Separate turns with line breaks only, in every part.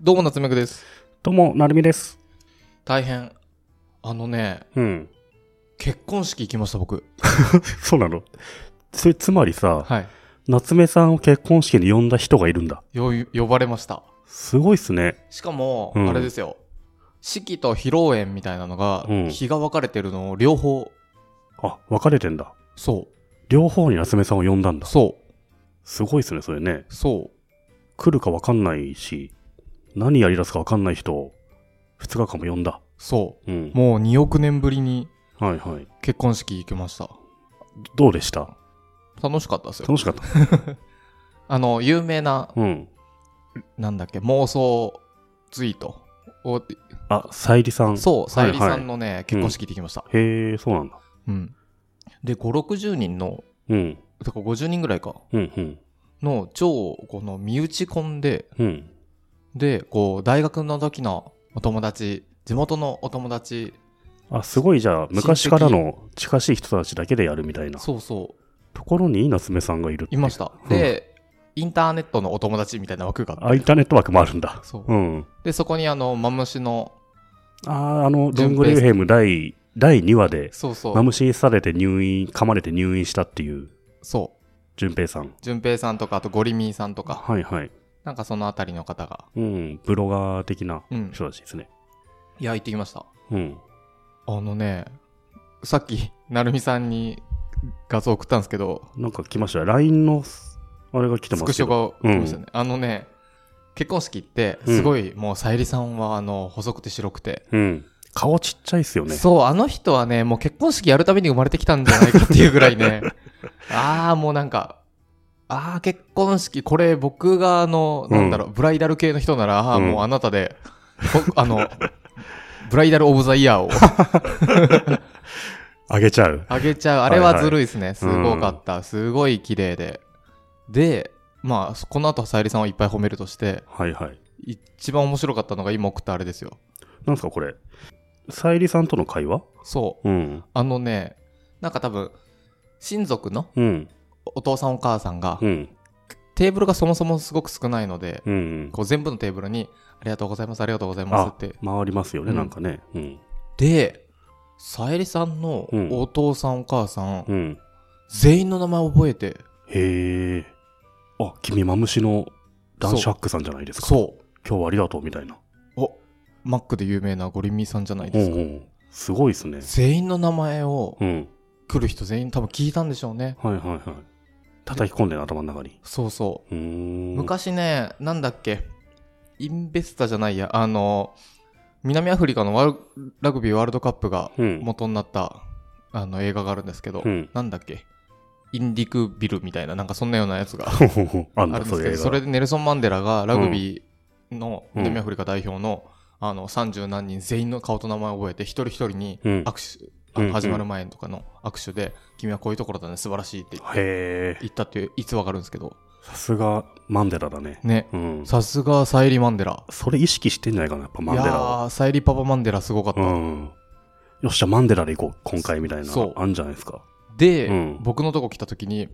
どうも夏目くです。
どうも、なるみです。
大変。あのね、
うん。
結婚式行きました、僕。
そうなのそれ、つまりさ、
はい。
夏目さんを結婚式に呼んだ人がいるんだ。
よ、呼ばれました。
すごいっすね。
しかも、
うん
あれですよ。式と披露宴みたいなのが、
うん
日が分かれてるのを両方。
あ、分かれてんだ。
そ
両方に夏目さんを呼んだん
う。
だ。
そ
すごいっすね、それね。
う。そう。
来るか分かんないし、何やりだすか分かんない人を、2日間も呼んだ。
そ
うん
う。。もう2億年ぶりに
はいはい。
結婚式行きました。
どうでした
楽しかったですよ。
楽しかった。
あの、有名な、
うん。
なんだっけ、妄想ツイートを。
あ、さゆりさん。
そう、さゆりさ
はいは
ん
い
のね、結婚式行ってきました。
へえ、そうなんだ。
うん。で、5、60人の
うん。
だから50人ぐらいか
うん、うん。
の超この身内婚で
うん。
でこう大学の時のお友達地元のお友達
あ、すごい、じゃあ、昔からの近しい人たちだけでやるみたいな。
そうそう
ところに夏目さんがいるって
いましたでインターネットのお友達みたいな枠があ
あ、インターネットワークもあるんだ。
そう
うん。
でそこにあのマムシの
ああ、あの、ドングレウヘム第、第2話で、
そうそ
マ
う
ムシに刺されて入院、噛まれて入院したっていう、
そう
淳平さん。
淳平さんとかあとゴリミーさんとか
はいはい。
なんかそのあたりの方が
うん、ブロガー的な
うん
人たちですね。
いや行ってきました
うん。
あのねさっき成美さんに画像送ったんですけど
なんか来ましたよ。LINE の、あれが来て
ス
ま
ク
す
シ
けど。
ョが来ましたね、あのね結婚式って
うん
すごい、もうさゆりさんはあの細くて白くて、
うん。顔ちっちゃいっすよね。
そうあの人はねもう結婚式やるために生まれてきたんじゃないかっていうぐらい ねああもうなんかああ結婚式これ僕があのなんだろう、ブライダル系の人ならああ
うん
もうあなたで、こあのブライダルオブザイヤーを
あげちゃう。
あげちゃう あれはずるいですね、すごかった、すごい綺麗ででまあこの後さゆりさんをいっぱい褒めるとして、
はいはい。
一番面白かったのが今送ったあれですよ
なんすかこれ。さゆりさんとの会話
そう
うん。
あのねなんか多分親族の
うん。
お父さんお母さんが
うん。
テーブルがそもそもすごく少ないので
うんうん。
こう全部のテーブルに「ありがとうございますありがとうございます」
あ
っ、て
回りますよね、
うん
なんかね。うん。
でさゆりさんの
うん
お父さんお母さん
うん。
全員の名前覚えて
へえ。あ、君、マムシのダンシャックさんじゃないですか。
そ
今日はありがとうみたいな。
うおマックで有名なゴリミーさんじゃない
うん
ですか
うん。すごいですね。
全員の名前を
うん。
来る人全員多分聞いたんでしょうね
はいはいはい。叩き込んでる頭の中に。
そうそう
うーん。
昔ね、なんだっけ、インベスタじゃないや、あの、南アフリカのワールラグビーワールドカップが
うん。
元になった、あの映画があるんですけど、
うん
なんだっけ、インディクビルみたいな、なんかそんなようなやつが
ほほほあん
あるんで
だ、そ
すけ
れ
ど、
が。
それでネルソン・マンデラがラグビーの
うん
南アフリカ代表の、あの30何人全員の顔と名前を覚えて、一人一人に
うん。
握手、
うん
あ
うん
始まる前とかの握手で、君はこういうところだね、素晴らしいって言って
へえ。
言ったっていつわかるんですけど、
さすが、マンデラだね。
ね、
うん。
さすがサイリ・マンデラ。
それ意識してんじゃないかな、やっぱマンデ
いや
ラは。
ー、サイリパパマンデラすごかった。
うん。よっしゃ、マンデラで行こう、今回みたいな
そう。
あんじゃないですか。
で、
うん
僕のとこ来た時に、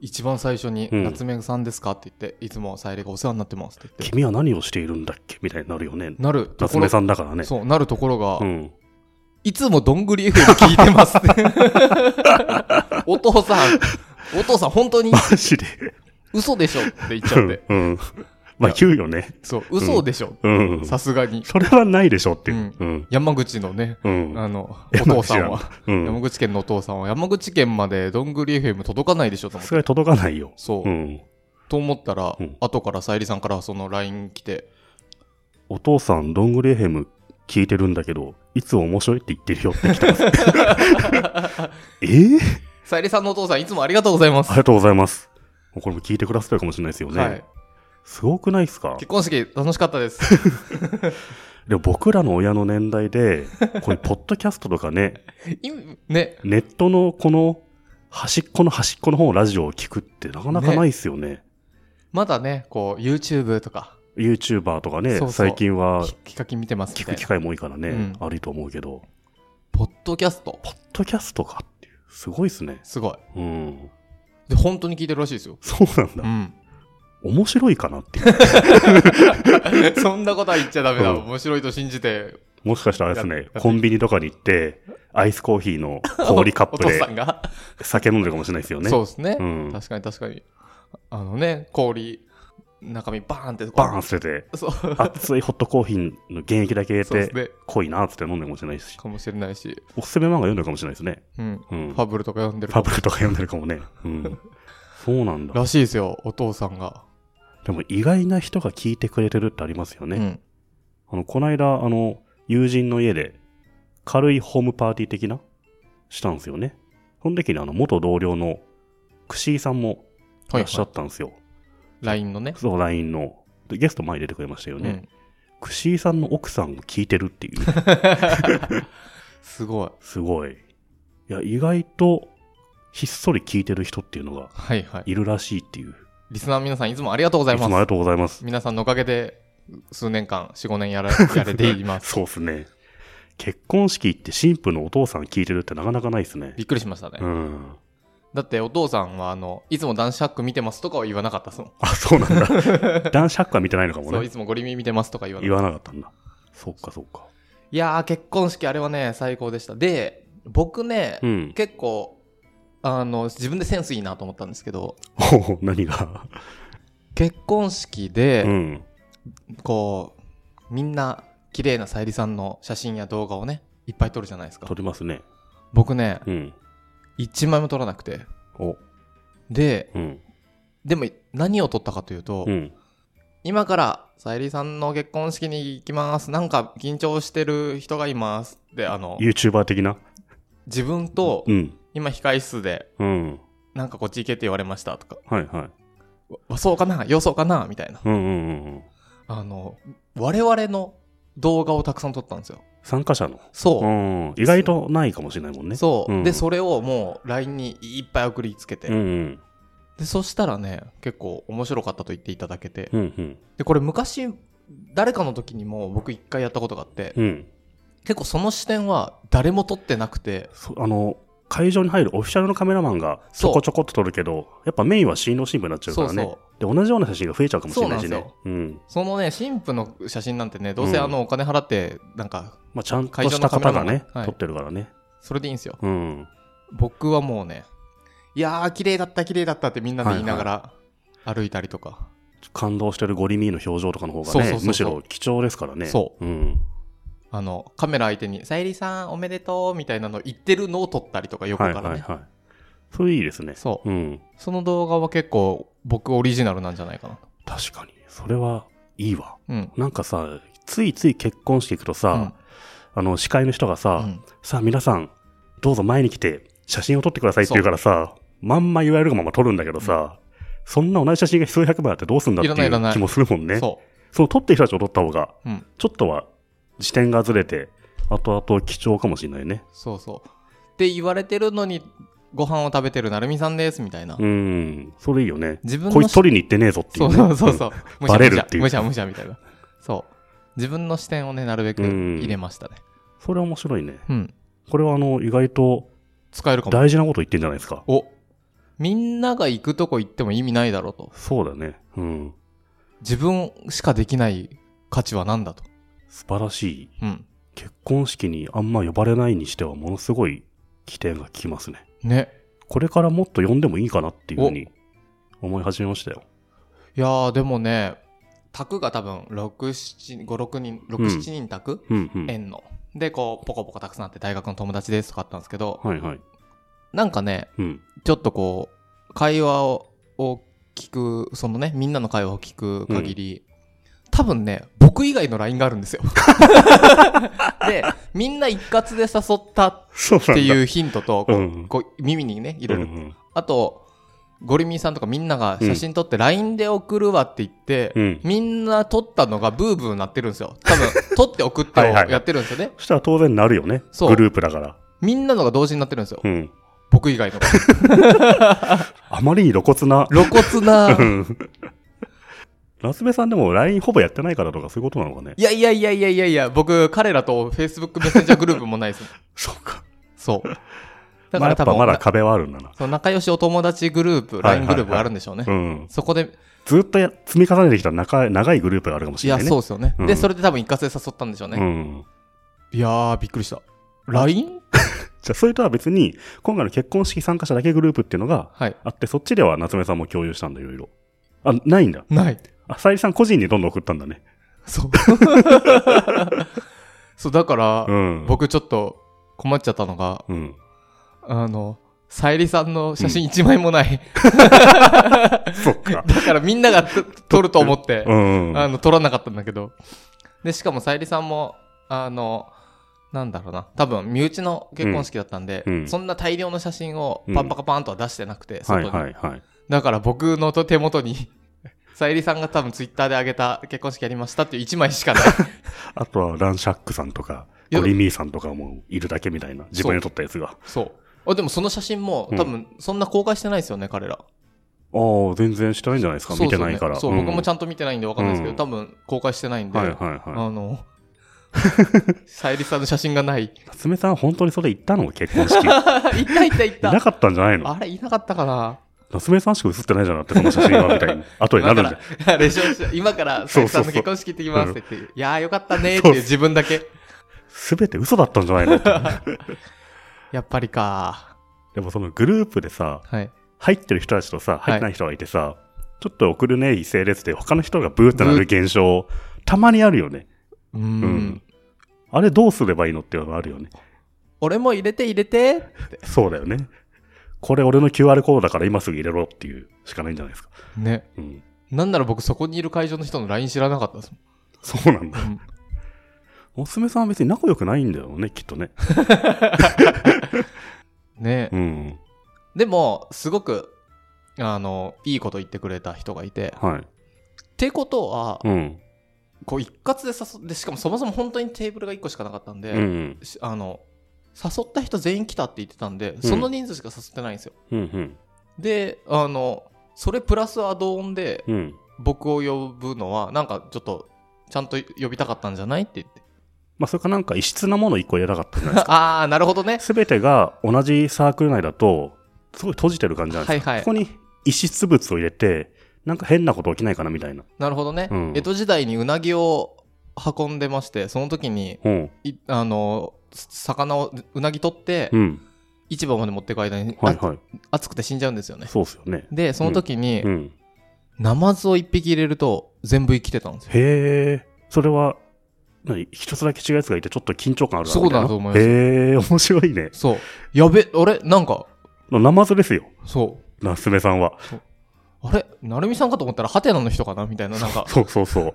一番最初に、
うん
夏目さんですかって言って、いつもサイリがお世話になってますって言って、
君は何をしているんだっけみたいになるよね。
なると
夏
こ
目
ろ、
さんだからね。
そう、なるところが、
うん。
いつもどんぐり F 聞いてますって。お父さん、お父さん本当に
マジで。
嘘でしょ って言っちゃって。
うん。まあ言うよね。
そう、嘘でしょ。
うん。
さすがに。
それはないでしょっていう。
う
うん。
山口のね、
うん。
あの、お父さんは、
う
山
ん。
口県のお父さんは、山口県までどんぐり FM 届かないでしょと
さ
思っ
す
て。
がに届かないよ。
そう。
うん。
と思ったら、
うん
後からさゆりさんからその LINE 来て、
お父さん、どんぐりヘム聞いてるんだけど、いつも面白いって言ってるよって来 たんですえー
さゆりさんのお父さんいつもありがとうございま
あ
す。
りがとうございます。もうこれも聞いてくださってるかもしれないですよ
は
ね
い。。
すごくないですか
結婚式楽しかったです。
でも僕らの親の年代で、こういうポッドキャストとかね、
いね、
ネットのこの端っこの端っこの方のラジオを聞くってなかなかないですよね。
まだね、こう YouTube とか、
ユーチューバーとか
そ
ね、
うそう
最近は
きヒカキン見てますみ
聞
たい
く
な
機。会も多いからね、
うん
あると思うけど、
ポッドキャスト、
ポッドキャストかっていう、すごいですね。
すごい。
うん。
で、本当に聞いてるらしいですよ。
そうなんだ。
うん。
面白いかなって いう。
そんな ことは言っちゃダメだ。
うん
面白いと信じて、
もしかしたらですね
だ、
コンビニとかに行って、アイスコーヒーの氷カ ッ
お
プ
父
で
さんが。
酒飲んでるかもしれないですよね。
そうですね
う。ん。
確かに確かに。あのね、氷、中身バーンって。
バー
ン
ン捨てて、
そう。
熱いホットコーヒーの原液だけ入れ
そうです
て、
ね。
濃いなーっつって飲んでるかもしれないし、
かもしれないし。
おすすめ漫画読んでるかもしれないですね。
うん。
うん。
ファブルとか読んでる
ファブルとか読んでるかもね。うん。そうなんだ。
らしいですよ、お父さんが。
でも意外な人が聞いてくれてるってありますよね。
うん。
あの、こないだ、あの、友人の家で、軽いホームパーティー的な、したんですよね。その時にあの、元同僚の、くしーさんもい
はい、
らっしゃ
は
ったんですよ。
い。LINE のね。
そう、LINE の。でゲスト前に出てくれましたよ
う
ね。
ん。
くしーさんの奥さんも聞いてる っていう。
すごい。
すごい。いや、意外と、ひっそり聞いてる人っていうのが
はいはい。
いるらしいっていう。
リスナーの皆さん、いつもありがとうござい
いつもあ
ま
り
す。
がとうございます。
皆さんのおかげで、数年間、4、5年やら やれています。
そうですね。結婚式行って新婦のお父さん聞いてるってなかなかないですね。
びっくりしましたね。
うん。
だって、お父さんは、あの、いつも男子ハック見てますとかは言わなかったですもん。
あ、そうな んだ。男子ハッカー見てないのかも
そう、い
ね。
つもゴリミ見てますとか言わな
言
かっ
わなかったんだ。そっかそっか。
た。いやー、結婚式、あれはね、最高でした。で、僕ね、
うん。
結構、あの、自分でセンスいいなと思ったんですけど、
おお、何が。
結婚式で、
うん。
こうみんな綺麗なさゆりさんの写真や動画をねいっぱい撮るじゃないですか
撮りますね。
僕ね
うん。
1枚も撮らなくて
お、
で
うん。
でも何を撮ったかというと、
うん。
今からさゆりさんの結婚式に行きますなんか緊張してる人がいますであの
YouTuber 的な。
自分と
うん。
今控室で
うん。
なんかこっち行けって言われましたとか
はいはい。
わそうかなよそうかなみたいな
うんうんうんうん。
あの我々の動画をたくさん撮ったんですよ
参加者の。
そう、
うん。意外とないかもしれないもんね。
そう、
うん
でそれをもう LINE にいっぱい送りつけて、
うんうん。
でそしたらね結構面白かったと言っていただけて
うんうん。
でこれ昔誰かの時にも僕一回やったことがあって
うん。
結構その視点は誰も撮ってなくて
そあの、会場に入るオフィシャルのカメラマンがちょこちょこっと撮るけど、やっぱメインは新郎新婦になっちゃうか
そう
らね。
そう
で、同じような写真が増えちゃうかもしれない
そ
し
うなん
ね
で。
うん。
そのね新婦の写真なんてねどうせあのお金払ってなんか
まあ、ちゃんとした方が
会場のカメ
ね
ラマン、はい
撮ってるからね。
それでいいんですよ
うん。
僕はもうねいやー綺麗だった綺麗だったってみんなで言いながら歩いたりとか、
感動してるゴリミーの表情とかの方
そう
が
そうそう
ね
そ、う
むしろ貴重ですからね。。
そう
うん。
あのカメラ相手に「さゆりさんおめでとう」みたいなの言ってるのを撮ったりとか横
は
か
い
らね、
はいはい。それいいですね。
そう
うん。
その動画は結構僕オリジナルなんじゃないかな
確かに。それはいいわ。
うん
なんかさ、ついつい結婚式行くとさ、あの、司会の人
う
が
んう
さ、
ん
さあ皆さん、どうぞ前に来て、写真を撮ってくださいって言うからさ、まんま言われるがまま撮るんだけどさ、そんな同じ写真が数百枚あってどうすんだって
いらないい
い
らな
う
い
気もするもんね。
そ
その撮ってる人たちを撮った方が、
う、うん、
ちょっとは視点がずれて、後々貴重かもしれないね。
そうそうって言われてるのにご飯を食べてるなるみさんですみたいな、
うん、それいいよね。
自分の
こいつ取りに行ってねえぞってい
そうう
ね、
そうそうそうむしゃ
バレ
むし
る
ゃ
っていう
むしゃむしゃみたいなそう自分の視点をねなるべく
うん
入れましたね
それ面白いね。
うん、
これはあの、意外と
使えるかも
大事なこと言ってんじゃないですか。
おみんなが行くとこ行っても意味ないだろうと
そうだね。うん。
自分しかできない価値は何だと
素晴らしい。
うん
結婚式にあんま呼ばれないにしてはものすごい起点が効きますね。
ね
これからもっと呼んでもいいかなっていうふうに思い始めましたよ。
いやーでもね卓が多分656人67人卓、
うんうん。
円の。で、こう、ポコポコたくさんあって、大学の友達ですとかあったんですけど、
はいはい。
なんかね、
うん。
ちょっとこう、会話をを聞く、そのね、みんなの会話を聞く限り、多分ね、僕以外の LINE があるん ですよ。で、みんな一括で誘ったっ
そうなんだ。。
ていううヒントと、こう
うん。
こう耳にね、いろ
う
いろ。
ん。
あと、ゴリミーさんとかみんなが写真撮って LINE で送るわって言って、
うん
みんな撮ったのがブーブーなってるんですよ。多分、撮って送ってを
はいはい
やってるんですよね。
そしたら当然なるよね。
そう
グループだから。
みんなのが同時になってるんですよ。
うん。
僕以外の。
あまりに 露骨な。
露骨な
う。ん夏目さんでも LINE ほぼやってないからとかそういうことなのかね。
いやいやいやいやいやいや、僕、彼らと Facebook メッセンジャーグループもないです。
そうか。
そう。だ
ま
か
あや
ら
っ
多
ぱ
分、
まだ壁はあるんだな。
その仲良しお友達グループ、
はいはいはい
LINE グループがあるんでしょうね。
うん。
そこで、
ずっとや積み重ねてきた長い長いグループがあるかもし
い
れ
や、
ないね。
そうですよね。
うん
で、それで多分一括で誘ったんでしょうね。
うん。
いやー、びっくりした。LINE?
じゃあ、それとは別に、今回の結婚式参加者だけグループっていうのが
はい。
あって、そっちでは夏目さんも共有したんだ、いろいろ。あ、ないんだ。
ない。
あ、さゆりさん個人にどんどん送ったんだね。
そう。そう、だから、
うん。。
僕ちょっと困っちゃったのが、
うん。
あの、さゆりさんの写真一枚も ない。
そっか。
だからみんながと撮ると思って
う、ん。
あの、撮らなかったんだけど。で、しかもさゆりさんも、あの、なんだろうな、多分身内の結婚式だったんで、
うんうん
そんな大量の写真をパンパカパンとは出してなくて、
は
外
い
に
はいはい。
だから僕の手元に、 さゆりさんが多分ツイッターで上げた結婚式やりましたっていう1枚し かない。
あとは、ランシャックさんとか、
いや
ゴリミーさんとかもいるだけみたいな。自分で撮ったやつが。
そう。あでもその写真も多分そんな公開してないですよね、彼ら。
ああ、全然してないんじゃないですか。
そう
見
で
て
すよ
な
ね
いから。
そう、僕もち
ゃん
ゃんと見てないんでわかんないですけど、
うん
多分公開してないんで、
はいはいはい。
あ の、さゆりさんの写真が ない。
夏目さん、本当にそれ言ったの結 婚式。い
あいたいたい
な
た。
かったんじゃないの
あれ、いなかったかな。
夏目さんしか写ってないじゃなくて、その写真は、み たいに。後になるん
今
じゃ
か
ん。
ら、 レションし今から、さゆりさんの
そうそうそう
結婚式行ってきますって言って、いやーよかったねーっ
そ
て
う
いう自分だけ。
すべて嘘だったんじ ゃないのって
やっぱりか
でもそのグループでさ、
ー。はい。
入ってる人たちとさ、入ってない人がいてさ、ちょっと送るね、異性列で他の人がブーってなる現象、たまにあるよね。
う
うんん。あれどうすればいいのっていうのがあるよね。
俺も入れて入れて。
そうだよね。これ俺の QR コードだから今すぐ入れろっていうしかないんじゃないですか。
ね。
うん。
なんなら僕そこにいる会場の人の LINE 知らなかったです
そうなんだ。
もん。
娘さんは別に仲良くないんだよね、き っとね。
うんね
うん。
でも、すごく、あの、いいこと言ってくれた人がいて。
はい。
ってことは、
うん。
こう一括で誘って、しかもそもそも本当にテーブルが1個しかなかったんで、
うん。
しあの、誘った人全員来たって言ってたんで、その人数しか誘ってないんですよ。
うん。うん。
で、あの、それプラスアドオンで、
うん。
僕を呼ぶのは、なんかちょっと、ちゃんと呼びたかったんじゃないって言 って。
まあ、それかなんか異質なもの一個入れたかったんじゃ ないですか。
ああ、なるほどね。
すべてが同じサークル内だと、すごい閉じてる感じなんですよ。
はいはい
ここに異質物を入れて、なんか変なこと起きないかなみたいな。
なるほどね。
うん
江戸時代にうなぎを運んでまして、その時に、
うん。
いあの、魚を、うなぎ取って
う、ん。
市場まで持っていく間に、
はいはい。
あ暑くて死んじゃうんですよね。
そうっすよね。
で、その時に
う、ん。
ナマズを一匹入れると、全部生きてたんですよ。
へえ。それは、何一つだけ違うやつがいて、ちょっと緊張感あるな
そうだ
みたな
と思います
へえ、面白いね。
そう。やべ、あれなんか、
ナマズですよ。
そ
ナスメさんは。
う。あれなるみさんかと思ったら、ハテナの人かなみたいな、なんか、
そうそうそう。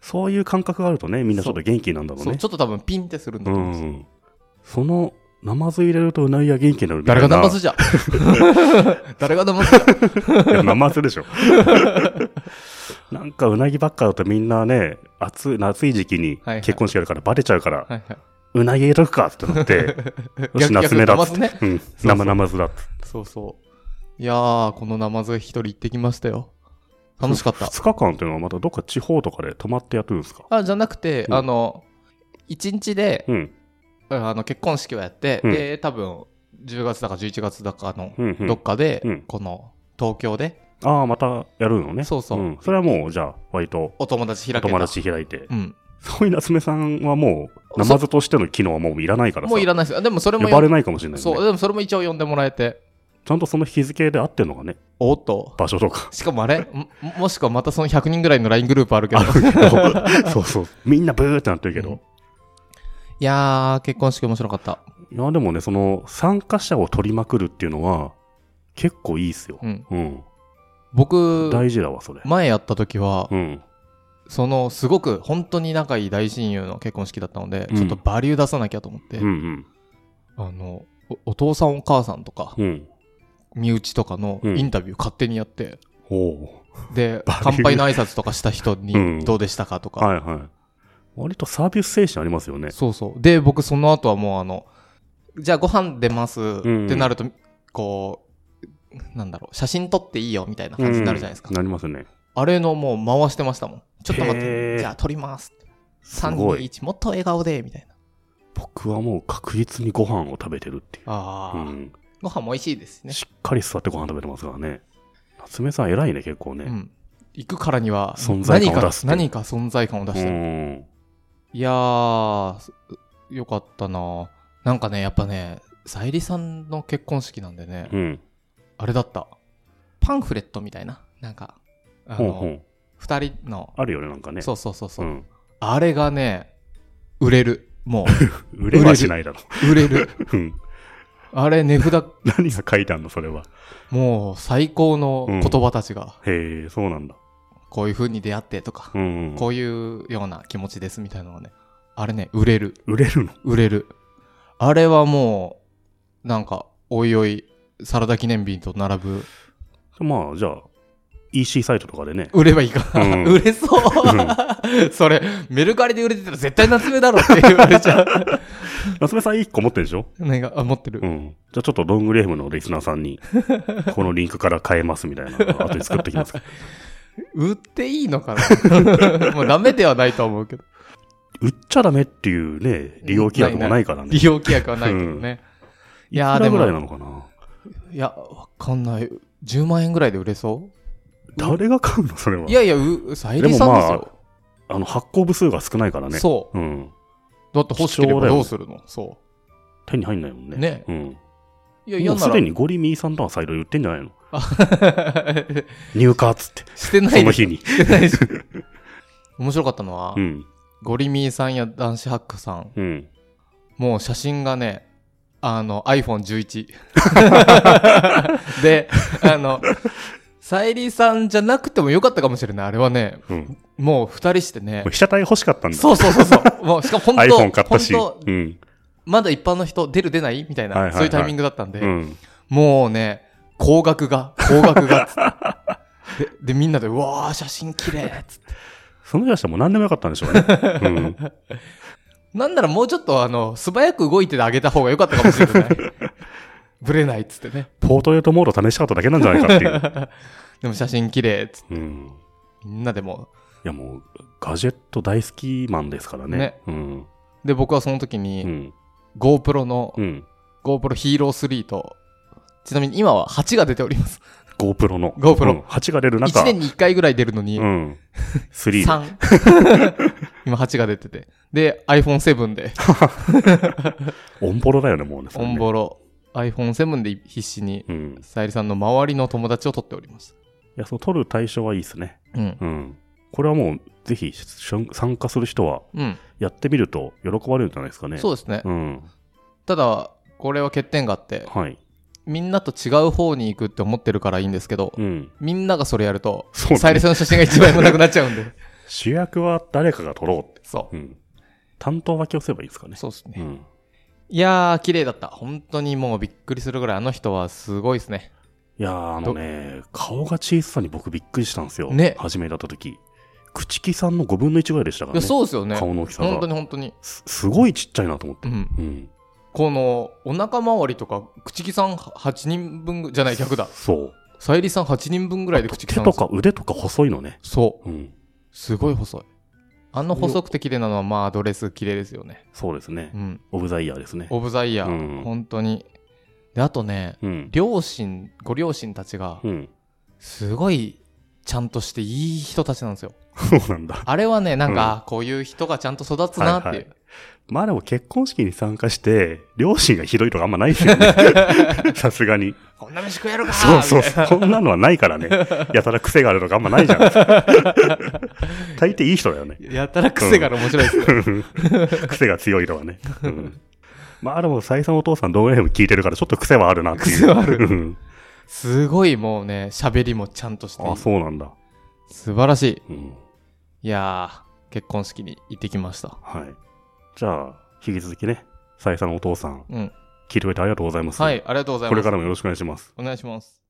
そういう感覚があるとね、みんなちょっと元気なんだろう
そう
ね。
ちょっと多分ピンってするんだ
う
と思うんですよ。
ん。その、ナマズ入れるとうなぎが元気になるみたい
誰
な。
がナマズ じゃ誰がナマズじゃ
いや、 生汗でしょ。なんかうなぎばっかだとみんなね、暑い、夏い時期に
はいはい
結婚式やるからバレちゃうから、
はいはいう
なぎ入れとくかって なって、よし、
逆
夏目だ
逆
っ
ナマ
つっ
ズ
て。
ね。
うん、
そう
生々ずだっつって。
そうそう。いやー、このナマズ一人行ってきましたよ。楽しか った。
2日間っていうのはまたどっか地方とかで泊まってやってるんですか
あ、じゃなくて、
うん
あの、1日で、
うん、
あの結婚式をやって、
うん
で、多分、10月だか11月だかの、
うん、う
どっ
ん。
かで、
うん
この、東京で、
ああ、またやるのね。。
そうそうん
それはもう、じゃあ、割と、
お友達開けた。
友達開いて。
うん。
そういう夏目さんはもう、ナマズとしての機能はもういらないからさ。
もういらないですよ。でもそれも
呼
よ、
ばれないかもしれないよね。
そう、でもそれも一応呼んでもらえて、
ちゃんとその日付で合ってんのがね、
おっと。
場所とか。
しかもあれんもしくはまたその100人ぐらいの LINE グループあるけど。
そうそう。みんなブーってなってるけど。
いやー、結婚式面白かった。
いや、でもね、その、参加者を取りまくるっていうのは、結構いいっすよ
う。ん。
うん。
僕、
大事だわ、それ。
前やった時は、
うん。
そのすごく本当に仲いい大親友の結婚式だったので、
うん
ちょっとバリュー出さなきゃと思って、
うんうん。
あのおお父さんお母さんとか、
うん。
身内とかの
うん
インタビュー勝手にやって、
おう
で
バリュー
乾杯の挨拶とかした人
うん
にどうでしたかとか、
はいはい。割とサービス精神ありますよね。
そうそうで僕その後はもうあのじゃあご飯出ます
ん
ってなると、こうなんだろう写真撮っていいよみたいな感じになるじゃないですか、
うんなりますね。
あれのもう回してましたもんちょっと待っ
へー
てじゃあ撮ります
すごい。
321もっと笑顔でみたいな
僕はもう確実にご飯を食べてるっていう。
あ
う
ー、
ん。
ご飯も美味しいですね
しっかり座ってご飯食べてますからね。夏目さん偉いね、結構
う
ね。
ん、行くからには
存在感を
何か
出すっていう
何か存在感を出してる、
ん。
いやーよかったななんかねやっぱねさゆりさんの結婚式なんでね、
うん。
あれだったパンフレットみたいななんかあ
ほう
の、
ほう。
二人の、
あるよね、なんかね。
そうそうそうそう、
うん。
あれがね売れるも
売れはしないだろ。
う売れる
うん。
あれ値札
何が書いてあんの、それは。
もう最高の言葉たちが、
へえ、そうなんだ。
こういう風に出会ってとか、
うん。
こういうような気持ちですみたいなのがねあれね売れる
売れるの
売れるあれはもうなんかおいおいサラダ記念日と並ぶ
まあ、じゃあ、EC サイトとかで ね。
売ればいいかな、
うん
売れそう、それメルカリで売れてたら絶対夏目だろって言われちゃう
夏目さん1個持ってるでしょ
なんかあ持ってる、
うん。じゃあちょっとロングレームのリスナー さんに、このリンクから変えますみたいなのを後で作ってきますから。
売っていいのかな もうダメではないと思うけど
売っちゃダメっていうね、利用規約もないからね。
利用規約はないけどね、いやー
いく
で
らぐらい
も
なのかない
やわかんない10万円ぐらいで売れそう。
誰が買うのそれはい
やいや、う、さゆりさんですよ。
あの、発行部数が少ないからね。。
そう
うん。
う。だって欲しければどうするの、そ
手に入んないもんね。
ね
うん。
う。いや、
も
嫌
う
な
す
ら
で。にゴリミーさんとはサイド言ってんじゃないの
あ
入荷っつって。
してな
そ
い
の
です。
日に。
してない です。面白かったのは、
うん。
ゴリミーさんや男子ハックさん、
うん。
もう写真がね、あの、iPhone11。で、あの、さゆりさんじゃなくてもよかったかもしれない。あれはね、
うん。も
もう二人してね
う被。写体欲しかったんだ。
そうそうそうそう。もう、しかも本当
iPhone 買ったし。
本
う
当
ん。
まだ一般の人出る出ないみたいな、
はいはいはい
そういうタイミングだったんで、
うん。
もうね、高額が、高額がつって、で、で、みんなで、うわー、写真綺麗っつって。
その人たちはもう何でもよかったんでしょうね。うん。
なんならもうちょっと、あの、素早く動いてあげた方が良かったかもしれ ない。ぶれないっつってね。
ポートレートモード試したかっただけなんじゃないかっ ていう。
でも写真綺麗っつって、
うん。
みんなでも
いやもう、ガジェット大好きマンですからね。
ね
うん。
う。で、僕はその時に、
うん。
GoPro の、
うん。
GoPro Hero 3と、ちなみに今は8が出ております。
GoPro の。
GoPro
うん8が出る中。
1年に1回ぐらい出るのに、
うん。3。
3。今8が出てて。で、iPhone7 で。
オンボロだよね、もうね。
オン
ロ。
ボロ iPhone7 で必死に
うん。い
さゆりさんの周りの友達を撮っております
や、その撮る対象はいいですね。
うん
うん。これはもう、ぜひ、しょ参加する人は、
うん、
やってみると喜ばれるんじゃないですかね。
そううですね、
うん。
ただこれは欠点があって
はい。
みんなと違う方に行くって思ってるからいいんですけど、
うん。
みんながそれやると
そう
さゆり
だね。
さんの写真が一枚もなくなっちゃうんで
主役は誰かが撮ろうって。
そう、
うん。担当分けをすればいいですかね。
そうですね、
うん。
いやー綺麗だった本当にもうびっくりするぐらいあの人はすごいですね
いやーあのね、顔が小さに僕びっくりしたんですよ。
ね
初めだった時。朽木さんの5分の1ぐらいでしたか
いや
らね。
そうですよね
顔の大きさ
本当
が。
に本当に
すすごいちっちゃいなと思って。
うん
うん。
このお腹周りとか口木さん8人分ぐじゃない逆だ
そう。
さゆりさん8人分ぐらいで口木
手
さん
とか腕とか細いのね。
そう
うん。
すごい細い。あの細くて綺麗なのは、まあ、ドレス綺麗ですよね。
そうですね
う。ん。
オブザイヤーですね。
オブザイヤー、
うん
本当に。で、あとね、
うん。
両親、ご両親たちが、
うん。
すごい、ちゃんとしていい人たちなんですよ。
そうなんだ。
あれはね、なん
うん
か、あこういう人がちゃんと育つなっていう。
はいはまあでも結婚式に参加して、両親がひどいとかあんまないですよ ね。さすがに。
こんな飯食え るか
そうそう
みたいな
そう。こんなのはないからね。やたら癖があるとかあんまない じゃないですか。大抵いい人だよね。
やたら癖がある面白いですね。
癖が強いのはね。うん、まあでも、再三お父さん、動画でも聞いてるから、ちょっと癖はあるなっていう。
癖はある
うん
すごいもうね、喋りもちゃんとしていい
あ、そうなんだ。
素晴らしい。
うん、
いやー、結婚式に行ってきました。
はい。じゃあ、引き続きね、再三お父さん、
うん。
聞いてくれてありがとうございます。
はい、ありがとうございます。
これからもよろしくお願いします。
お願いします。